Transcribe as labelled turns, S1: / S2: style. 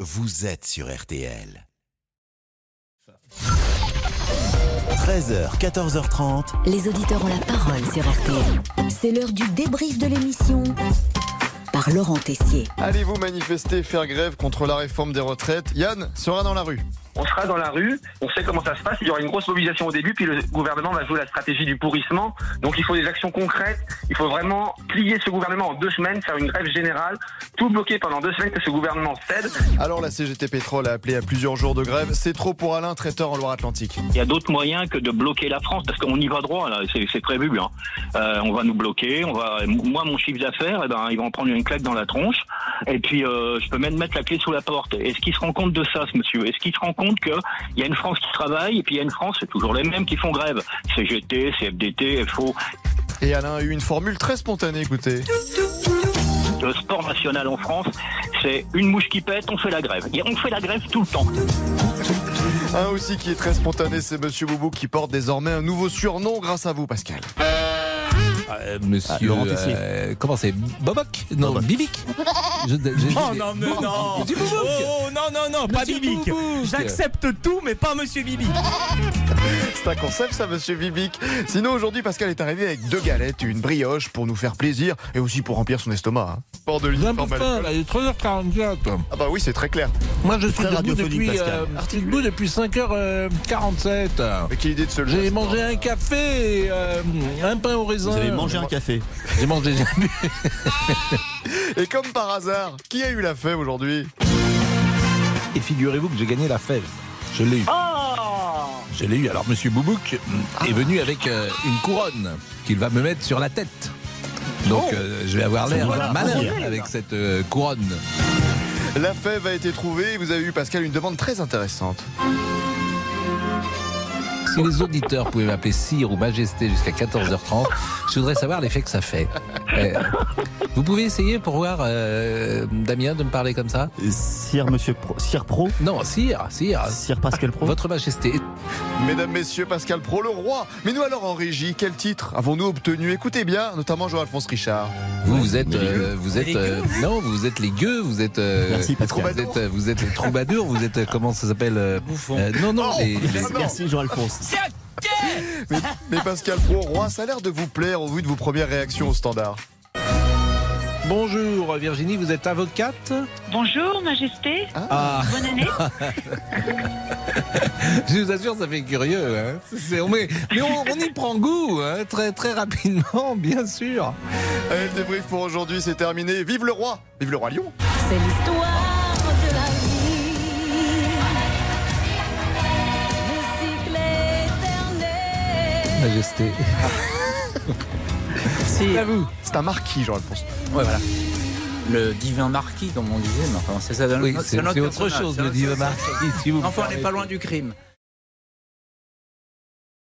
S1: vous êtes sur RTL. 13h, 14h30.
S2: Les auditeurs ont la parole sur RTL. C'est l'heure du débrief de l'émission par Laurent Tessier.
S3: Allez-vous manifester, faire grève contre la réforme des retraites Yann sera dans la rue.
S4: On sera dans la rue, on sait comment ça se passe, il y aura une grosse mobilisation au début, puis le gouvernement va jouer la stratégie du pourrissement. Donc il faut des actions concrètes, il faut vraiment plier ce gouvernement en deux semaines, faire une grève générale, tout bloquer pendant deux semaines que ce gouvernement cède.
S3: Alors la CGT Pétrole a appelé à plusieurs jours de grève. C'est trop pour Alain, traiteur en Loire-Atlantique.
S5: Il y a d'autres moyens que de bloquer la France, parce qu'on y va droit, là, c'est, c'est prévu. hein. Euh, on va nous bloquer, on va, moi mon chiffre d'affaires, eh ben, ils vont prendre une claque dans la tronche, et puis euh, je peux même mettre la clé sous la porte. Est-ce qu'il se rend compte de ça, ce monsieur Est-ce qu'il se rend compte qu'il y a une France qui travaille, et puis il y a une France, c'est toujours les mêmes qui font grève. CGT, CFDT, FO,
S3: Et Alain a eu une formule très spontanée, écoutez.
S5: le sport national en France, c'est une mouche qui pète, on fait la grève. Et on fait la grève tout le temps.
S3: Un aussi qui est très spontané, c'est Monsieur Boubou qui porte désormais un nouveau surnom grâce à vous, Pascal.
S6: Euh, monsieur.
S7: Ah, Laurent Tessier.
S6: euh, comment c'est Boboc Non,
S7: Boboc.
S6: Bibic Je- je-
S7: Oh non, mais non
S6: Dis Boubouk.
S7: Oh non, non, non, pas
S6: Monsieur
S7: Bibic
S6: Boubouk.
S7: J'accepte tout, mais pas Monsieur Bibic
S3: C'est un concept, ça, Monsieur Bibic. Sinon, aujourd'hui, Pascal est arrivé avec deux galettes et une brioche pour nous faire plaisir et aussi pour remplir son estomac. hein. Port de l'uniforme à l'école.
S6: il est 3h44.
S3: Ah bah oui, c'est très clair.
S6: Moi, je suis
S7: Très
S6: debout
S7: radiophonique,
S6: depuis,
S7: Pascal.
S6: euh, je suis debout depuis 5h47.
S3: Mais quelle idée de se
S6: J'ai
S3: lever.
S6: mangé un café et euh, un pain au raisin.
S7: Vous avez mangé un café.
S6: J'ai mangé.
S3: Et comme par hasard, qui a eu la fève aujourd'hui
S6: Et figurez-vous que j'ai gagné la fève. Je l'ai eu. Je l'ai eu. Alors, monsieur Boubouk est venu avec euh, une couronne qu'il va me mettre sur la tête. Donc, euh, je vais avoir l'air
S7: Voilà.
S6: malin avec cette euh, couronne.
S3: La fève a été trouvée et vous avez eu, Pascal, une demande très intéressante.
S6: Si les auditeurs pouvaient m'appeler Sire ou Majesté jusqu'à 14h30, je voudrais savoir l'effet que ça fait. Euh, vous pouvez essayer pour voir, euh, Damien, de me parler comme ça
S7: Sire Monsieur Pro. Sire Pro
S6: Non, Sire, Sire.
S7: Sire Pascal Pro
S6: Votre Majesté.
S3: Mesdames, Messieurs, Pascal Pro, le roi. Mais nous alors en régie, quel titre avons-nous obtenu Écoutez bien, notamment Jean-Alphonse Richard.
S6: Vous, vous êtes, euh, vous êtes,
S7: Les
S6: euh, non, vous êtes les gueux, vous êtes, euh,
S7: Merci, Pascal.
S6: vous êtes, euh, vous êtes les troubadours, vous êtes, euh, comment ça s'appelle euh, euh, Non, non,
S3: Oh,
S6: les- les-
S3: non.
S7: Merci Jean-Alphonse.
S3: Mais, mais Pascal Pro, roi, ça a l'air de vous plaire au vu de vos premières réactions au standard.
S6: Bonjour Virginie, vous êtes avocate
S8: Bonjour, Majesté.
S6: Ah,
S8: Bonne année.
S6: je vous assure, ça fait curieux. Hein. C'est- on est- mais on, on y prend goût, hein, très très rapidement, bien sûr.
S3: Allez, le débrief pour aujourd'hui, c'est terminé. Vive le roi Vive le roi Lion
S2: C'est l'histoire de la vie. Le cycle éternel.
S6: Majesté.
S9: C'est
S6: À vous.
S3: C'est un marquis, Jean-Alphonse.
S9: voilà. le divin marquis, comme on disait, mais enfin, c'est ça.
S6: Oui,
S9: notre-
S6: c'est
S9: notre
S6: c'est autre
S9: personnage,
S6: chose
S9: c'est
S6: le
S9: notre-
S6: divin marquis, si vous me
S9: Enfin, on n'est
S6: permettez.
S9: pas loin du crime.